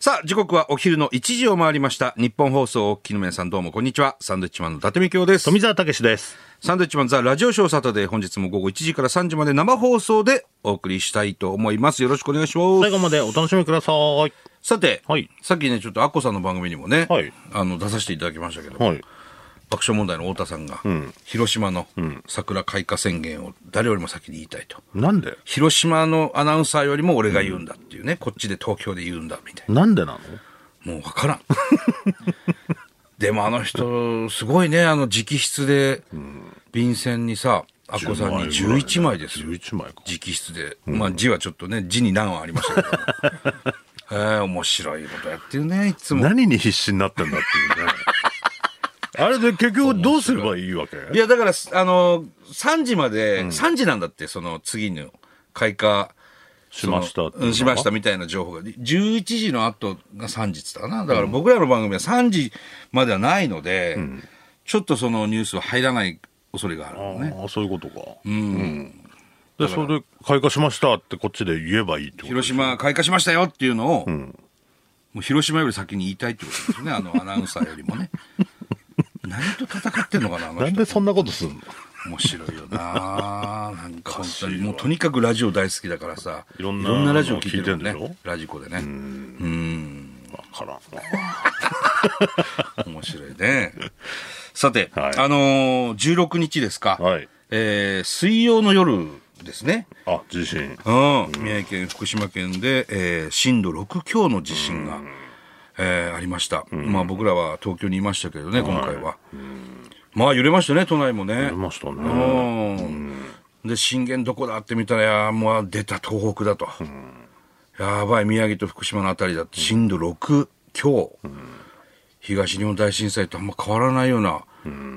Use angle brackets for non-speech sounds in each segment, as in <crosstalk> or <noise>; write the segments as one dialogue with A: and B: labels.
A: さあ、時刻はお昼の1時を回りました。日本放送、お聞きの皆さんどうもこんにちは。サンドイッチマンの伊達美京です。
B: 富澤たけしです。
A: サンドイッチマンザラジオショーサタデー、本日も午後1時から3時まで生放送でお送りしたいと思います。よろしくお願いします。
B: 最後までお楽しみください。
A: さて、
B: はい
A: さっきね、ちょっとアッコさんの番組にもね、
B: はい
A: あの出させていただきましたけど、
B: はい。
A: 爆笑問題の太田さんが、広島の桜開花宣言を誰よりも先に言いたいと。
B: なんで
A: 広島のアナウンサーよりも俺が言うんだっていうね、こっちで東京で言うんだみたい
B: なんでなの
A: な。もうわからん。 <laughs> でもあの人、すごいね、あの直筆で、便箋にさ、アッコさんに11枚ですよ。
B: 11枚か。
A: 直筆で、まあ字はちょっとね字に難はありま <laughs> したけどえー、面白いことやってるねいつも
B: 何に必死になってんだっていうね。 <laughs> あれで結局どうすればいいわけ
A: いやだからすあの3時まで、3時なんだってその次の開花
B: しましたっていうの
A: う
B: は
A: んしましたみたいな情報が11時の後が3時っつったかなだから僕らの番組は3時まではないので、ちょっとそのニュースは入らない恐れがあるのね
B: ああ、そういうことか。うん。で、それで開花しましたってこっちで言えばいいってこと
A: 広島開花しましたよっていうのを、もう広島より先に言いたいってことですね、あ
B: <laughs>
A: のアナウンサーよりもね。何と戦ってんのかな、あの
B: なん
A: 人。
B: でそんなことすんの
A: 面白いよななんか本当に、もうとにかくラジオ大好きだからさ、い
B: い
A: ろ
B: ろ
A: ん
B: ん
A: な
B: な
A: ラジオ聞いてるもん
B: 聞いてんで
A: ね
B: し。
A: ラジコでね。
B: わからん。
A: 面白いね。さて、
B: はい
A: あのー、16日ですか、
B: はい
A: えー水曜の夜ですね。
B: あ、地震。
A: うん、宮城県、福島県で、えー震度6強の地震が、えーありました、まあ、僕らは東京にいましたけどね、今回は。まあ、揺れましたね、都内もね。揺
B: 出ましたね。
A: うん、で、震源どこだって見たら、いやーもう出た東北だと、やばい、宮城と福島のあたりだって、震度6強、東日本大震災とあんま変わらないような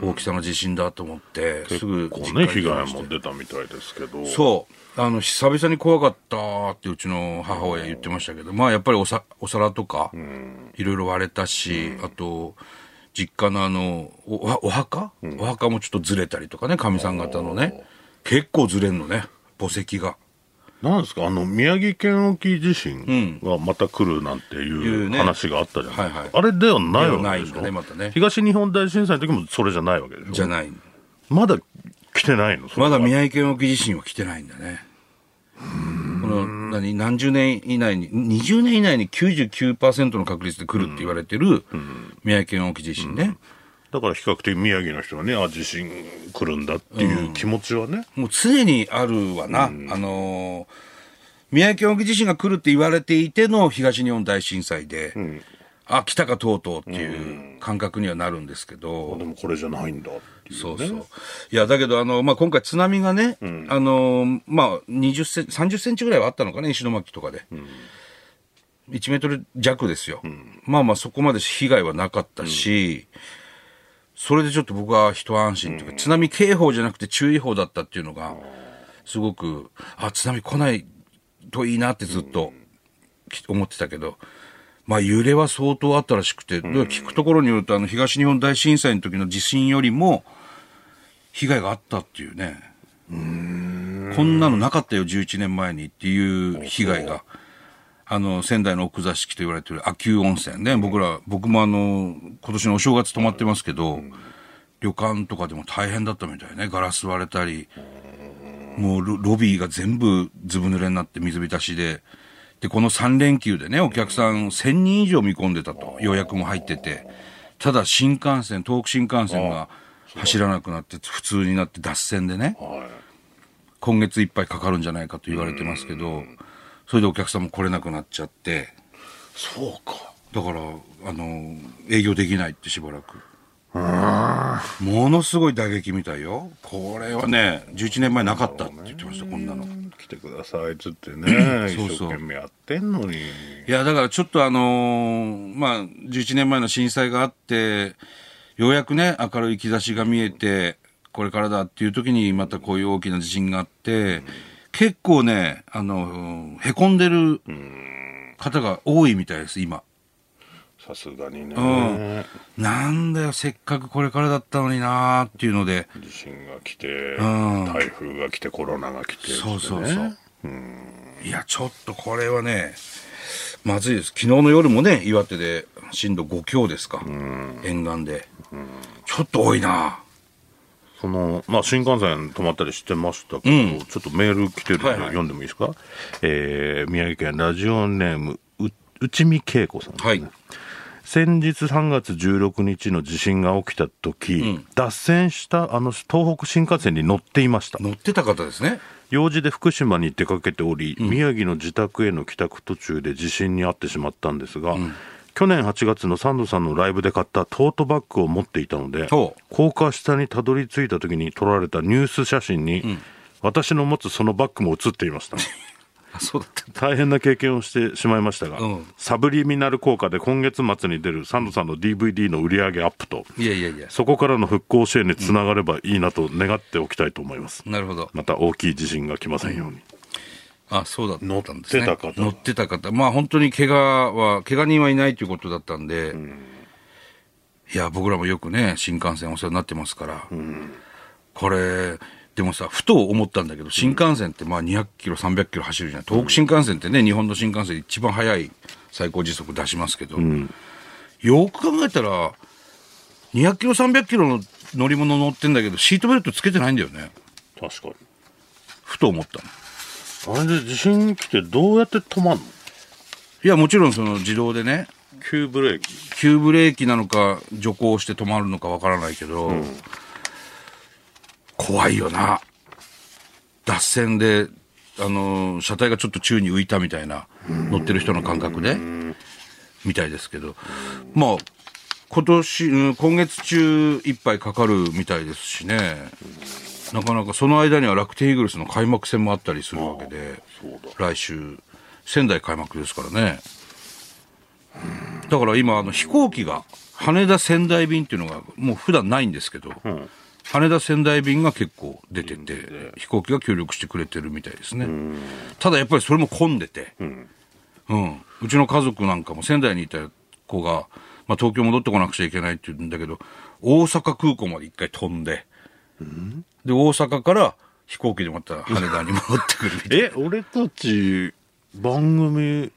A: 大きさの地震だと思って、すぐ
B: こ
A: 実
B: う
A: 家
B: ね、
A: に
B: 被
A: 来ま
B: 害
A: した
B: も出たみたいですけど。
A: そう。あの、久々に怖かったってうちの母親言ってましたけど、まあやっぱりおさお皿とか、いろいろ割れたし、あと、実家のあの、おおお墓、お墓もちょっとずれたりとかね、かみさん方のね。結構ずれんのね、墓石が。
B: なんですかあの宮城県沖地震がまた来るなん
A: い
B: ていうう
A: ね
B: 話があったじゃないですか、
A: はいはい
B: あれではない
A: で
B: わけでし
A: はないんだ
B: ょ
A: ねまたね
B: 東日本大震災の時もそれじゃないわけでしょ
A: じゃない。
B: まだ来てないのそれ
A: まだ
B: は
A: 宮城県沖地震は来てないんだね。この、何、何十年以内に、20年以内に99%の確率で来るって言われてる、宮城県沖地震ね。
B: だから比較的宮城の人はねあ地震来るんだっていう気持ちはね、
A: もう常にあるわな。あのー宮城県沖地震が来るって言われていての東日本大震災で、あ、来たかとうとうっていう感覚にはなるんですけど、
B: でもこれじゃないんだっていう
A: そうそう。いや、だけど、あの、まあ、今回津波がね、あの、まあ、20センチ、30センチぐらいはあったのかね、石巻とかで。1メートル弱ですよ。まあまあ、そこまで被害はなかったし、それでちょっと僕は一安心というか、津波警報じゃなくて注意報だったっていうのが、すごく、あ、津波来ないといいなってずっとき思ってたけど、まあ揺れは相当あったらしくて、で聞くところによると、あの東日本大震災の時の地震よりも、被害があったっていうね。こんなのなかったよ、11年前にっていう被害が。あの、仙台の奥座敷と言われてる秋保温泉ね。僕ら、僕もあの、今年のお正月泊まってますけど、旅館とかでも大変だったみたいね。ガラス割れたり、もうロロビーが全部ずぶ濡れになって水浸しで。で、この3連休でね、お客さん1000人以上見込んでたと。予約も入ってて。ただ新幹線、東北新幹線が走らなくなって、普通になって脱線でね。
B: はい
A: 今月いっぱいかかるんじゃないかと言われてますけど、それでお客さんも来れなくなっちゃって、
B: そうか
A: だから、あの、営業できないってしばらく。ものすごい打撃みたいよ。これはね、11年前なかったって言ってました、こんなの。い
B: 来てくださいっつってね
A: そうそう
B: 一生懸命やってんのに
A: や、だからちょっとあのーまあ、11年前の震災があって、ようやくね、明るい兆しが見えて、これからだっていう時にまたこういう大きな地震があって、結構ね、あのー、へこんでる方が多いみたいです、今。
B: さすがにね、
A: なんだよ、せっかくこれからだったのになーっていうので。
B: 地震が来て、
A: ん
B: 台風が来てコロナが来て、
A: そうそうそう。いや、ちょっとこれはね、まずいです。昨日の夜もね、岩手で震度5強ですか。沿岸で。ちょっと多いな。
B: そのまあ、新幹線止まったりしてましたけど、ちょっとメール来てるんで、
A: はいはい
B: 読んでもいいですか、えー宮城県ラジオネームう内見恵子さんですね、
A: はい
B: 先日3月16日の地震が起きた時、脱線したあの東北新幹線に乗っていました
A: 乗ってた方ですね。
B: 用事で福島に出かけており、宮城の自宅への帰宅途中で地震に遭ってしまったんですが、去年8月のサンドさんのライブで買ったトートバッグを持っていたので
A: ほう
B: 高架下にたどり着いた時に撮られたニュース写真に、私の持つそのバッグも写っていました
A: <laughs> あ、そうだった。
B: 大変な経験をしてしまいましたが、
A: うん
B: サブリミナル効果で今月末に出るサンドさんの DVD の売り上げアップと
A: いやいやいや。
B: そこからの復興支援につながればいいなと願っておきたいと思います、
A: なるほど。
B: また大きい地震が来ませんように、
A: あ、そうだったんですね。
B: 乗ってた方
A: 乗ってた方。まあ本当に怪我は、怪我人はいないということだったんで、いや、僕らもよくね、新幹線お世話になってますから、これ、でもさ、ふと思ったんだけど、新幹線ってまあ200キロ、300キロ走るじゃない。東北新幹線ってね、日本の新幹線で一番速い最高時速出しますけど、よく考えたら、200キロ、300キロの乗り物乗ってんだけど、シートベルトつけてないんだよね。
B: 確かに
A: ふと思ったの。
B: あれで地震来てどうやって止まんの
A: いや、もちろんその自動でね、
B: 急ブレーキ
A: 急ブレーキなのか徐行して止まるのかわからないけど、怖いよな脱線であの車体がちょっと宙に浮いたみたいな乗ってる人の感覚でみたいですけどまあ今年うん今月中いっぱいかかるみたいですしねなかなかその間には楽天イーグルスの開幕戦もあったりするわけで来週仙台開幕ですからね。だから今あの飛行機が羽田仙台便っていうのがもう普段ないんですけど、羽田仙台便が結構出てて、飛行機が協力してくれてるみたいですね、ただやっぱりそれも混んでて、うんうちの家族なんかも仙台にいた子が、まあ、東京戻ってこなくちゃいけないって言うんだけど大阪空港まで一回飛んで、で大阪から飛行機でまた羽田に戻ってくるみたいな
B: え俺たち番組、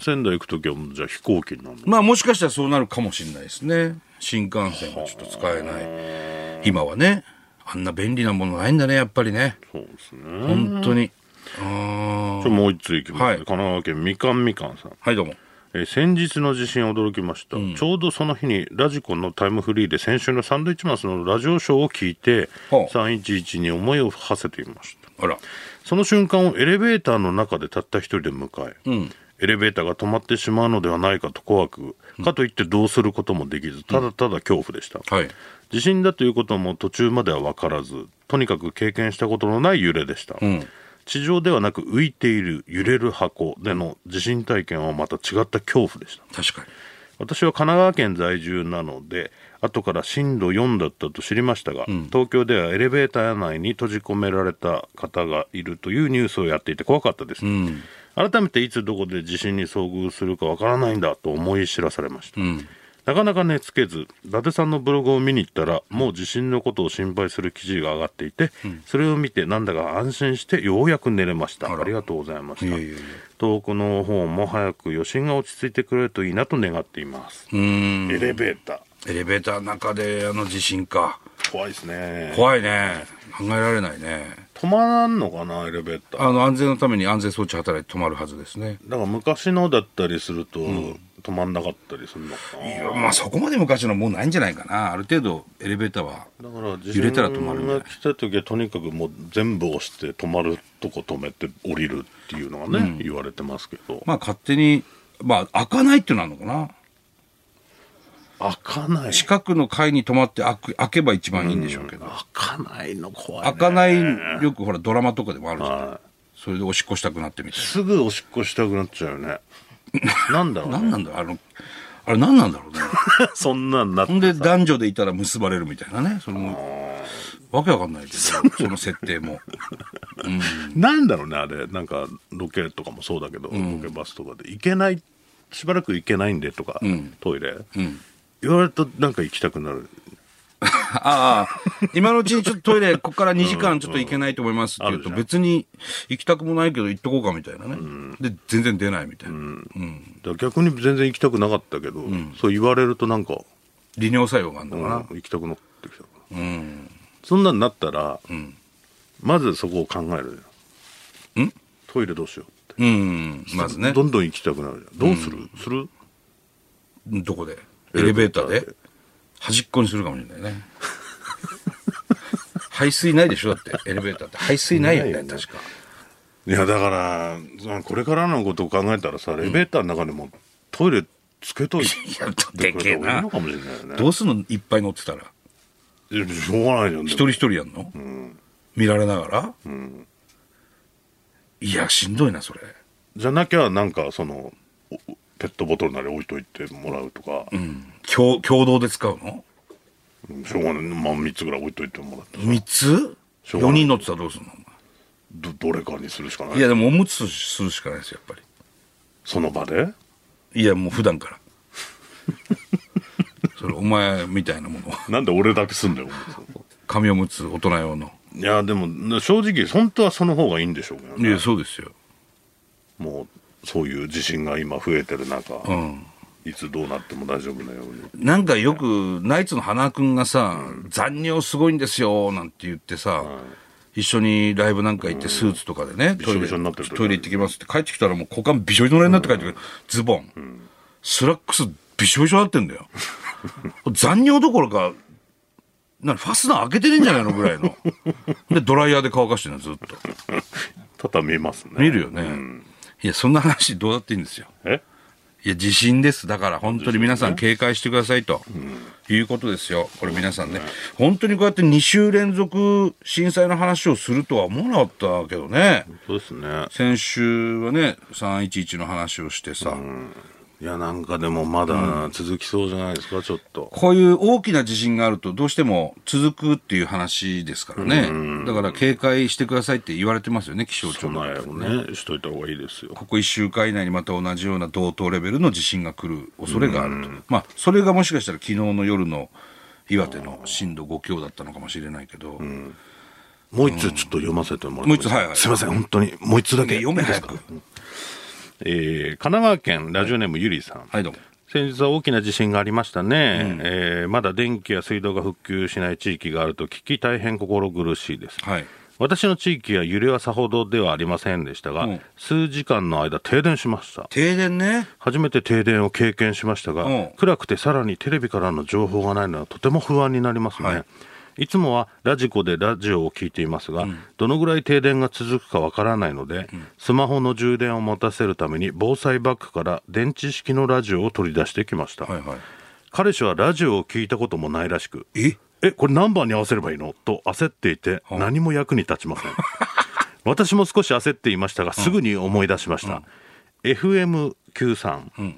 B: 仙台行く時はもうじゃあ飛行機になるの
A: まあもしかしたらそうなるかもしれないですね。新幹線がちょっと使えない。今はね、あんな便利なものないんだね、やっぱりね。
B: そうですね
A: 本当に。あ
B: じゃあもう一通いきます、ね
A: はい
B: 神奈川県みかんみかんさん、
A: はい、どうも。
B: えー先日の地震驚きました、ちょうどその日にラジコンのタイムフリーで先週のサンドイッチマンスのラジオショーを聞いて、
A: ほう
B: 311に思いを馳せていました
A: あら。
B: その瞬間をエレベーターの中でたった一人で迎え、エレベーターが止まってしまうのではないかと怖く、かといってどうすることもできず、ただただ恐怖でした。
A: はい。
B: 地震だということも途中までは分からず、とにかく経験したことのない揺れでした。地上ではなく浮いている揺れる箱での地震体験はまた違った恐怖でした。
A: 確かに。
B: 私は神奈川県在住なので後から震度4だったと知りましたが、東京ではエレベーター内に閉じ込められた方がいるというニュースをやっていて怖かったです、改めていつどこで地震に遭遇するかわからないんだと思い知らされました、なかなか寝つけず伊達さんのブログを見に行ったらもう地震のことを心配する記事が上がっていて、それを見てなんだか安心してようやく寝れましたありがとうございました
A: いやいやいや
B: 東北の方も早く余震が落ち着いてくれるといいなと願っています、
A: うーん。
B: エレベータ
A: エレベーターの中であの地震か。
B: ー怖いですね
A: 怖いね。考えられないね。
B: 止まらんのかなエレベーター
A: あの、安全のために安全装置働いて止まるはずですね。
B: だから昔のだったりすると、止まんなかったりするのかない
A: やまあそこまで昔のもうないんじゃないかな。ある程度エレベーターは。
B: だから地
A: 揺れたら止まるん
B: 震
A: だよ
B: が来た時はとにかくもう全部押して止まるとこ止めて降りるっていうのがね、言われてますけど、
A: まあ勝手に、まあ開かないっていうのはあるのかな。
B: 開かない
A: 近くの階に泊まって開く開けば一番いいんでしょうけど、
B: 開かないの怖い、ね、
A: 開かないよくほらドラマとかでもあるじゃん、
B: は
A: それでおしっこしたくなってみたい
B: すぐおしっこしたくなっちゃうよ
A: <laughs>
B: ねなんだろう
A: な
B: ね
A: 何なんだろうあのあれ何なんだろう <laughs> ね
B: <laughs> そんなんなって
A: ほんで男女でいたら結ばれるみたいなねそれもわけわかんないけどその設定も <laughs>
B: なんだろうねあれなんかロケとかもそうだけど、ロケバスとかで行けないしばらく行けないんでとか、トイレ、言われるとなんか行きたくなる
A: ああ、今のうちにちょっとトイレ、ここから2時間ちょっと行けないと思いますって言うと、
B: うんうんある
A: 別に行きたくもないけど行っとこうかみたいなね。で、全然出ないみたいな。
B: だから逆に全然行きたくなかったけど、そう言われるとなんか、
A: 利尿作用があるの
B: うん
A: かな。
B: 行きたくなってきたから、そんなんなったら、まずそこを考えるじゃん
A: ん
B: トイレどうしようって
A: うん、まずね。
B: どんどん行きたくなるじゃんどうする、する
A: どこでエレベーターで端っこにするかもしれないね。 <laughs> 排水ないでしょだって、エレベーターって。排水ないよね、
B: ないよね
A: 確か。
B: いやだからそのこれからのことを考えたらさエレベーターの中でもトイレつけとい
A: や
B: てくれた方がいいのかもしれないよね
A: どうすんのいっぱい乗ってたら。
B: いやしょうがないじゃん
A: 一
B: 一
A: 人一人やんの、見られながら、いや、しんどいな、それ。
B: じゃなきゃなんかそのおペットボトルなり置いといてもらうとか、
A: 共共同で使うの
B: しょうがないまあ3つぐらい置いといてもらって
A: 三つ
B: しょうが
A: 四
B: ない
A: 人乗ってたらどうすんのお前
B: どどれかにするしかない
A: いや、でもおむつするしかないですよ、やっぱ
B: その場で
A: り。いや、もう普段から。それ、お前みたいなもの。
B: なんで俺だけすんだよ。
A: 紙おむつ、大人用の。
B: いや、でも、正直、本当はその方がいいんでしょうけど
A: いや、
B: ね。
A: そうですよ。
B: もう、そういう地震が今増えてる中、
A: うん。
B: いつどうなっても大丈夫なように。
A: なんかよく、ナイツの花くんがさ、残尿すごいんですよ、なんて言ってさ、一緒にライブなんか行ってスーツとかでね、
B: び
A: ト
B: しょ
A: イ
B: び
A: レ
B: しょになってる時
A: トイレ行ってきますって帰ってきたらもう股間びしょびしょになって帰ってくる。ズボン、スラックスびしょびしょになってんだよ。残尿どころか、なにファスナー開けてねえんじゃないのぐらい
B: <laughs>
A: の。で、ドライヤーで乾かしてるの、ずっと。
B: ただ見えますね。
A: 見るよね。いや、そんな話どうだっていいんですよ。
B: え
A: いや、地震です。だから本当に皆さん警戒してくださいと、いうことですよ。これ皆さんね。本当にこうやって2週連続震災の話をするとは思わなかったけどね。
B: そうですね。
A: 先週はね、311の話をしてさ、
B: いや、なんかでもまだ続きそうじゃないですか、ちょっと。
A: こういう大きな地震があるとどうしても続くっていう話ですからね。だから警戒してくださいって言われてますよね、気象庁の
B: 備えをね、しといた方がいいですよ。
A: ここ1週間以内にまた同じような同等レベルの地震が来る恐れがあると、まあ、それがもしかしたら昨日の夜の岩手の震度5強だったのかもしれないけど、
B: もう一つちょっと読ませてもらって
A: もう一つはいはい
B: すいません、本当に。もう一つだ
A: ね
B: け。
A: 読め早く。
B: えー神奈川県ラジオネームゆりさん。
A: はいどうも
B: 先日は大きな地震がありましたね、えーまだ電気や水道が復旧しない地域があると聞き大変心苦しいです、
A: はい
B: 私の地域は揺れはさほどではありませんでしたが、
A: うん
B: 数時間の間停電しました
A: 停電ね
B: 初めて停電を経験しましたが、
A: うん
B: 暗くてさらにテレビからの情報がないのはとても不安になりますね、
A: はい
B: いつもはラジコでラジオを聞いていますが、どのぐらい停電が続くかわからないので、スマホの充電を持たせるために防災バッグから電池式のラジオを取り出してきました、
A: はいは
B: 彼氏はラジオを聞いたこともないらしく
A: いえ
B: えこれ何番に合わせればいいのと焦っていて何も役に立ち
A: <laughs>
B: ません私も少し焦っていましたがすぐに思い出しました、FM93、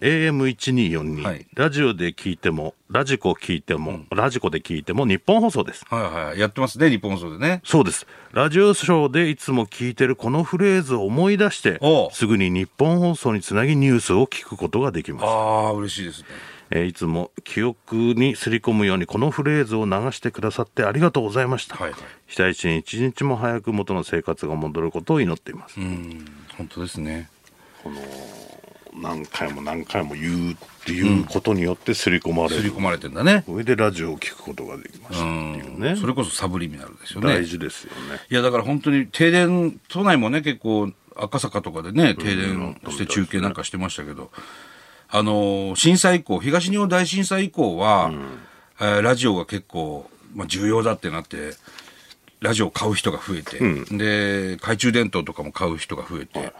B: AM1242、
A: はい
B: ラジオで聞いてもラジコ聞いても、ラジコで聞いても日本放送です
A: はいはいやってますね日本放送でね
B: そうですラジオショーでいつも聞いてるこのフレーズを思い出して
A: おう
B: すぐに日本放送につなぎニュースを聞くことができます
A: ああ嬉しいですね
B: えーいつも記憶にすり込むようにこのフレーズを流してくださってありがとうございました、
A: はいはい
B: 被災地に一日も早く元の生活が戻ることを祈っています、
A: うん本当ですね
B: 何回も何回も言うっていうことによってすり込まれ
A: 刷り
B: る、
A: 込まれてんだね
B: それでラジオを聞くことができましたっていうね、
A: それこそサブリミナルですよね
B: 大事ですよね
A: いや、だから本当に停電、都内もね、結構赤坂とかでね、停電して中継なんかしてましたけど、あのー、震災以降、東日本大震災以降は、えーラジオが結構、まあ、重要だってなって、ラジオを買う人が増えて、で、懐中電灯とかも買う人が増えて、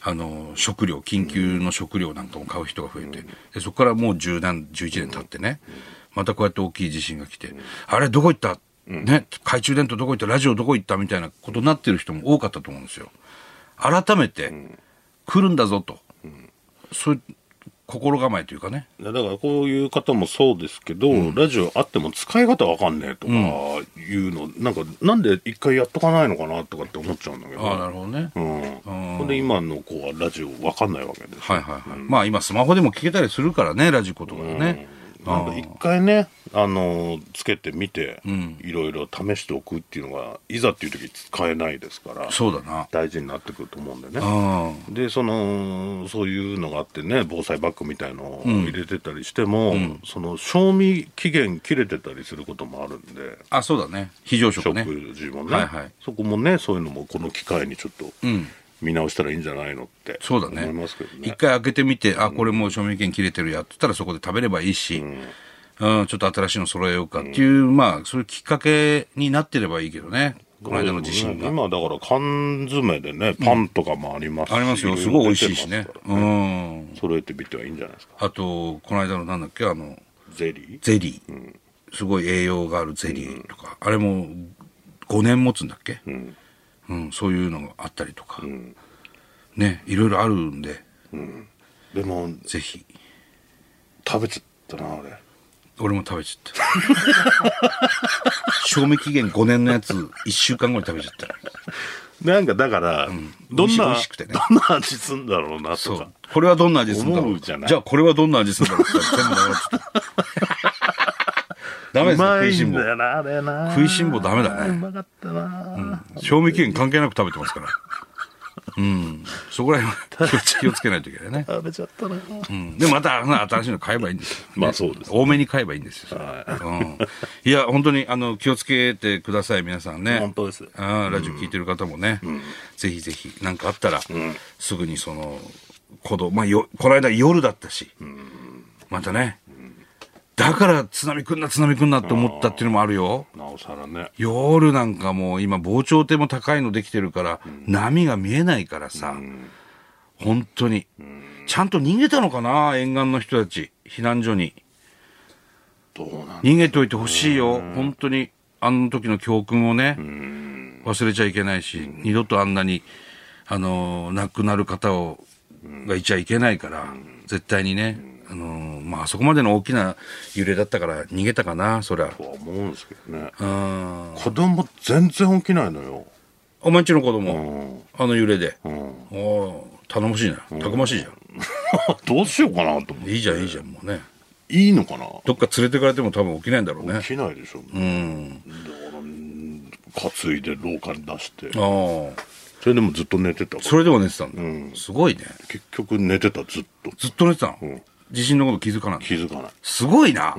A: あのー、食料、緊急の食料なんかも買う人が増えて、でそこからもう10何、11年経ってね、またこうやって大きい地震が来て、あれどこ行ったね、懐中電灯どこ行ったラジオどこ行ったみたいなことになってる人も多かったと思うんですよ。改めて、来るんだぞと。そういう心構えというかね。
B: だからこういう方もそうですけど、ラジオあっても使い方わかんねえとかいうの、なんかなんで一回やっとかないのかなとかって思っちゃうんだけど
A: ああ、なるほどね。
B: うん、ほんで今の子はラジオわかんないわけです
A: はいはいはい。まあ今スマホでも聞けたりするからね、ラジコとかでね。
B: なんか一回ね、あのつけてみて、いろいろ試しておくっていうのが、いざっていう時使えないですから、
A: そうだな。
B: 大事になってくると思うんでね。
A: あ
B: でそのそういうのがあってね防災バッグみたいのを入れてたりしても、その賞味期限切れてたりすることもあるんで
A: あ、そうだね。非常食ね。
B: 食事もね、
A: はいはい
B: そこもねそういうのもこの機会にちょっと見直したらいいんじゃないのって
A: そうだね。
B: 思いますけど
A: 一
B: ね。
A: 回開けてみて、あ、これもう賞味期限切れてるやってったらそこで食べればいいし、うん、ちょっと新しいの揃えようかっていう、まあ、そういうきっかけになってればいいけどね。この間の地震が。
B: 今だから缶詰でねパンとかもありますし、
A: ありますよ。す
B: ろ
A: ごい美
B: ろ
A: 味しいし
B: 出
A: ね
B: てます。から
A: うん。
B: 揃えてみてはいいんじゃないですか
A: あと、この間のなんだっけ、あの、
B: ゼリー
A: ゼリー、すごい栄養があるゼリーとか、あれも5年持つんだっけ、うんそういうのがあったりとか、ねいろいろあるんで
B: でも
A: ぜひ
B: 食べちゃったなあれ
A: 俺も食べちゃった <laughs> 賞味期限5年のやつ1週間後に食べちゃった
B: なんかだから、どん
A: 美
B: な、
A: 味しくてね
B: どんな味すんだろうな
A: そ
B: とか
A: うこれはどんな味するんだろ
B: 思う
A: う
B: じゃない
A: あこれはどんな味するんだろうって全部だろうって言って <laughs> ダメですね食いしん坊
B: よなあれな
A: 食いしん坊ダメだね
B: うまかったな、
A: 賞味期限関係なく食べてますから。うん。そこら辺は気をつ気をつけないといけないね。
B: 食べちゃったな、
A: うん。で、またまあ新しいの買えばいいんですよ。
B: まあそうです
A: 多めに買えばいいんですよ。うん。いや、本当に、あの、気をつけてください、皆さんね。
B: 本当です
A: ああラジオ聞いてる方もね。ぜひぜひ、なんかあったら、すぐにその、子供、まあよ、この間夜だったし、またね、だから津波来んな、津波来んなって思ったっていうのもあるよ。
B: なおさらね
A: 夜なんかもう今防潮堤も高いのできてるから、波が見えないからさ、本当に、ちゃんと逃げたのかな沿岸の人たち避難所に
B: どうなん
A: 逃げといてほしいよ、本当にあの時の教訓をね、忘れちゃいけないし、二度とあんなにあのー亡くなる方をがいちゃいけないから、絶対にね、あのーまああそこまでの大きな揺れだったから逃げたかなそりゃ
B: とは思うんですけどね
A: うん
B: 子供全然起きないのよ
A: お前んちの子供、
B: うん
A: あの揺れで。
B: うん、
A: おおー頼もしいなたくましいじゃん
B: どうしようかなと思って
A: いいじゃんいいじゃんもうね
B: いいのかな
A: どっか連れてかれても多分起きないんだろうね
B: 起きないでしょ、
A: うん
B: だから担いで廊下に出して
A: ああ
B: それでもずっと寝てたから
A: それでも寝てたんだ、
B: ん
A: すごいね
B: 結局寝てたずっと
A: ずっと寝てたの、
B: ん
A: 地震のこと気づかない
B: 気づかない
A: すごいな、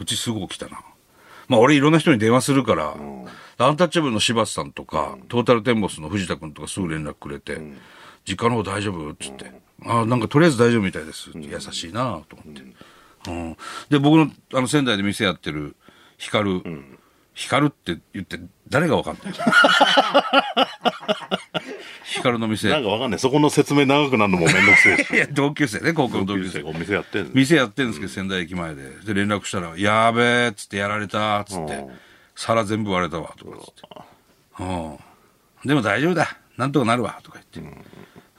A: うちすぐ起きたなまあ俺いろんな人に電話するから、アンタッチャブルの柴田さんとか、トータルテンボスの藤田君とかすぐ連絡くれて、実家の方大丈夫っつって、ああなんかとりあえず大丈夫みたいです、優しいなと思って、うんで僕のあの仙台で店やってる光る、光るって言って誰がわかんない <laughs> 光の店
B: なんかわかんないそこの説明長くなるのもめんどくせえ
A: <laughs>
B: し
A: いや同級生ね高校の同級生
B: お店やってんの
A: 店やってるんですけど、仙台駅前で。で、連絡したら、やーべーっつってやられたっつっ
B: う
A: て
B: ん、
A: 皿全部割れたわ、とかっつって。うん。でも大丈夫だ。なんとかなるわ、とか言って。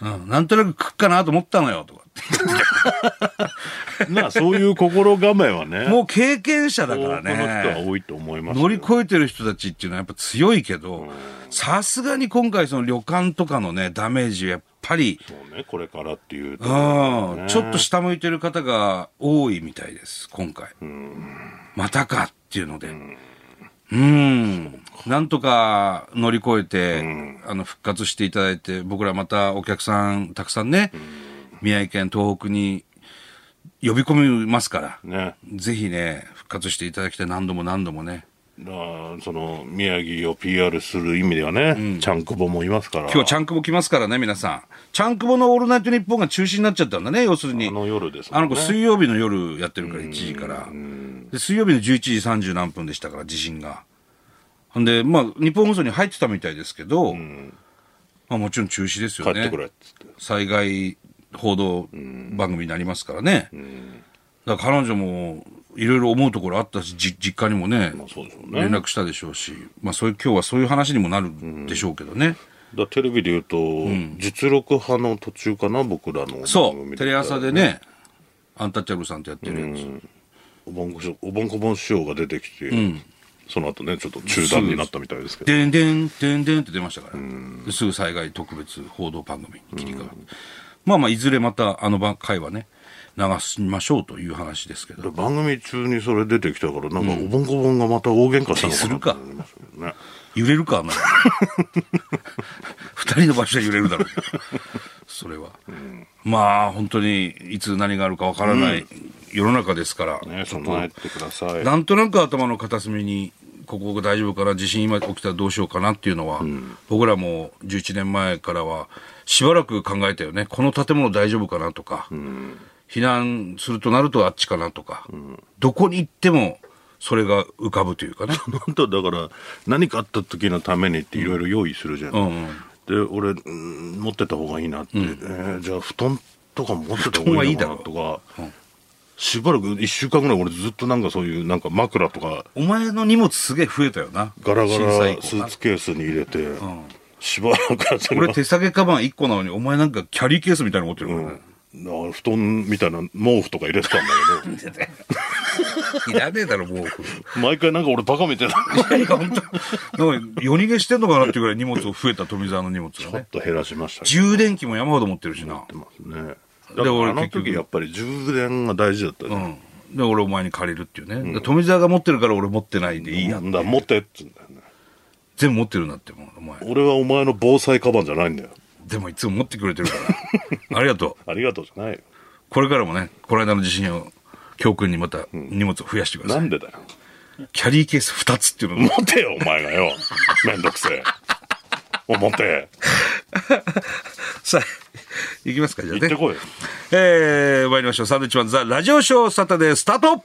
A: うん。なんとなく食っかなと思ったのよ、とかって。
B: なあそういう心構えはね
A: もう経験者だ
B: 多く
A: から
B: の人は
A: ね。
B: 多いと思いますよ
A: 乗り越えてる人たちっていうのはやっぱ強いけど、さすがに今回その旅館とかのね、ダメージやっぱり、
B: そうねこれからっていうところだよ
A: う
B: ね
A: ん、ちょっと下向いてる方が多いみたいです、今回。またかっていうので。うん、なんとか乗り越えて、あの、復活していただいて、僕らまたお客さん、たくさんね、宮城県、東北に呼び込みますから、
B: ね
A: ぜひね、復活していただきたい、何度も何度もね。
B: だからその宮城を PR する意味ではね、ちゃんくぼもいますから
A: 今日、チャンクボ来ますからね、皆さん。チャンクボのオールナイトニッポンが中止になっちゃったんだね、要するに。
B: あの夜ですも
A: あ
B: ん
A: の
B: ね
A: 子、水曜日の夜やってるから、1時から。で、水曜日の11時30何分でしたから、地震が。ほんで、まあ、日本放送に入ってたみたいですけど、まあ、もちろん中止ですよ
B: 帰
A: ね。
B: ってくれっつって、
A: 災害報道番組になりますからね。だから彼女も、いろいろ思うところあったし、じ実家にもね、
B: まあ、そうでしょうね
A: 連絡したでしょうし、まあ、そういう、今日はそういう話にもなるでしょうけどね。
B: だテレビで言うと、実力派の途中かな僕らの
A: そう、テレ朝で
B: ね
A: ね、アンタッチャブルさんとやってるやつ。
B: おぼんこしおぼんこぼん師匠が出てきて、その後ねちょっと中断になったみたいですけど
A: でんでん、でんでんって出ましたから、ですぐ災害特別報道番組に切り替わる、まあまあ、いずれまたあの番会はね、流しましょうという話ですけど。
B: 番組中にそれ出てきたからなんかおぼんこぼんがまた大喧嘩した
A: す
B: の
A: る
B: かな
A: か
B: と思いましたけどね
A: 揺れるか、あの二人の場所で揺れるだろうけど。それは。まあ、本当に、いつ何があるかわからない世の中ですから。
B: ね
A: ちょっと
B: 備えてください
A: なんとなく頭の片隅に、ここ大丈夫かな、地震今起きたらどうしようかなっていうのは、僕らも11年前からは、しばらく考えたよね。この建物大丈夫かなとか、避難するとなるとあっちかなとか、どこに行ってもそれが浮かぶという
B: <laughs>
A: かね。
B: 本当だから何かあった時のためにっていろいろ用意するじゃない、
A: うんうん
B: で俺、うん持ってた方がいいなって、えーじゃあ布団とかも持ってた方がいいのかなと
A: 布
B: か、しばらく1週間ぐらい俺ずっとなんかそういうなんか枕とか
A: お前の荷物すげえ増えたよな。
B: ガラガ
A: 震災以
B: ラ
A: 降
B: ス
A: な
B: ーツケースに入れて、しばらくその
A: 俺手提げカバン1個なのに、お前なんかキャリーケースみたいなの持ってるからね。
B: うん布団みたいな毛布とか入れてたんだけ
A: <laughs>
B: ど
A: いらねえだろ、もう。
B: 毎回なんか俺バカみたいな
A: いや、本当なんか夜逃げしてんのかなっていうぐらい荷物を増えた富澤の荷物が
B: ちょ
A: ね
B: っ。と減らしましたけ
A: 充電器も山ほど持ってるしな。
B: ど持ってますね
A: で
B: だから
A: 俺
B: あの
A: 結局
B: 時やっぱり充電が大事だったじゃ
A: うんん。で、俺お前に借りるっていうね。で富澤が持ってるから俺持ってないでいいや。
B: なんだ持ってっつうんだよね
A: 全部持ってるなってもう、お前。
B: 俺はお前の防災カバンじゃないんだよ
A: でもいつも持ってくれてる
B: <laughs>
A: から。ありがとう。
B: ありがとうじゃないよ
A: これからもね、この間の地震を教訓にまた荷物を増やしてください
B: な。んでだよ
A: キャリーケース2つっていうのも、
B: 持てよお前がよめんどくせえお持て
A: さ <laughs> あ、いきますか、じゃあ
B: 行って
A: ね。
B: こいよ
A: えー、参りましょう。サンドウィッチマンザラジオショーサタデースタート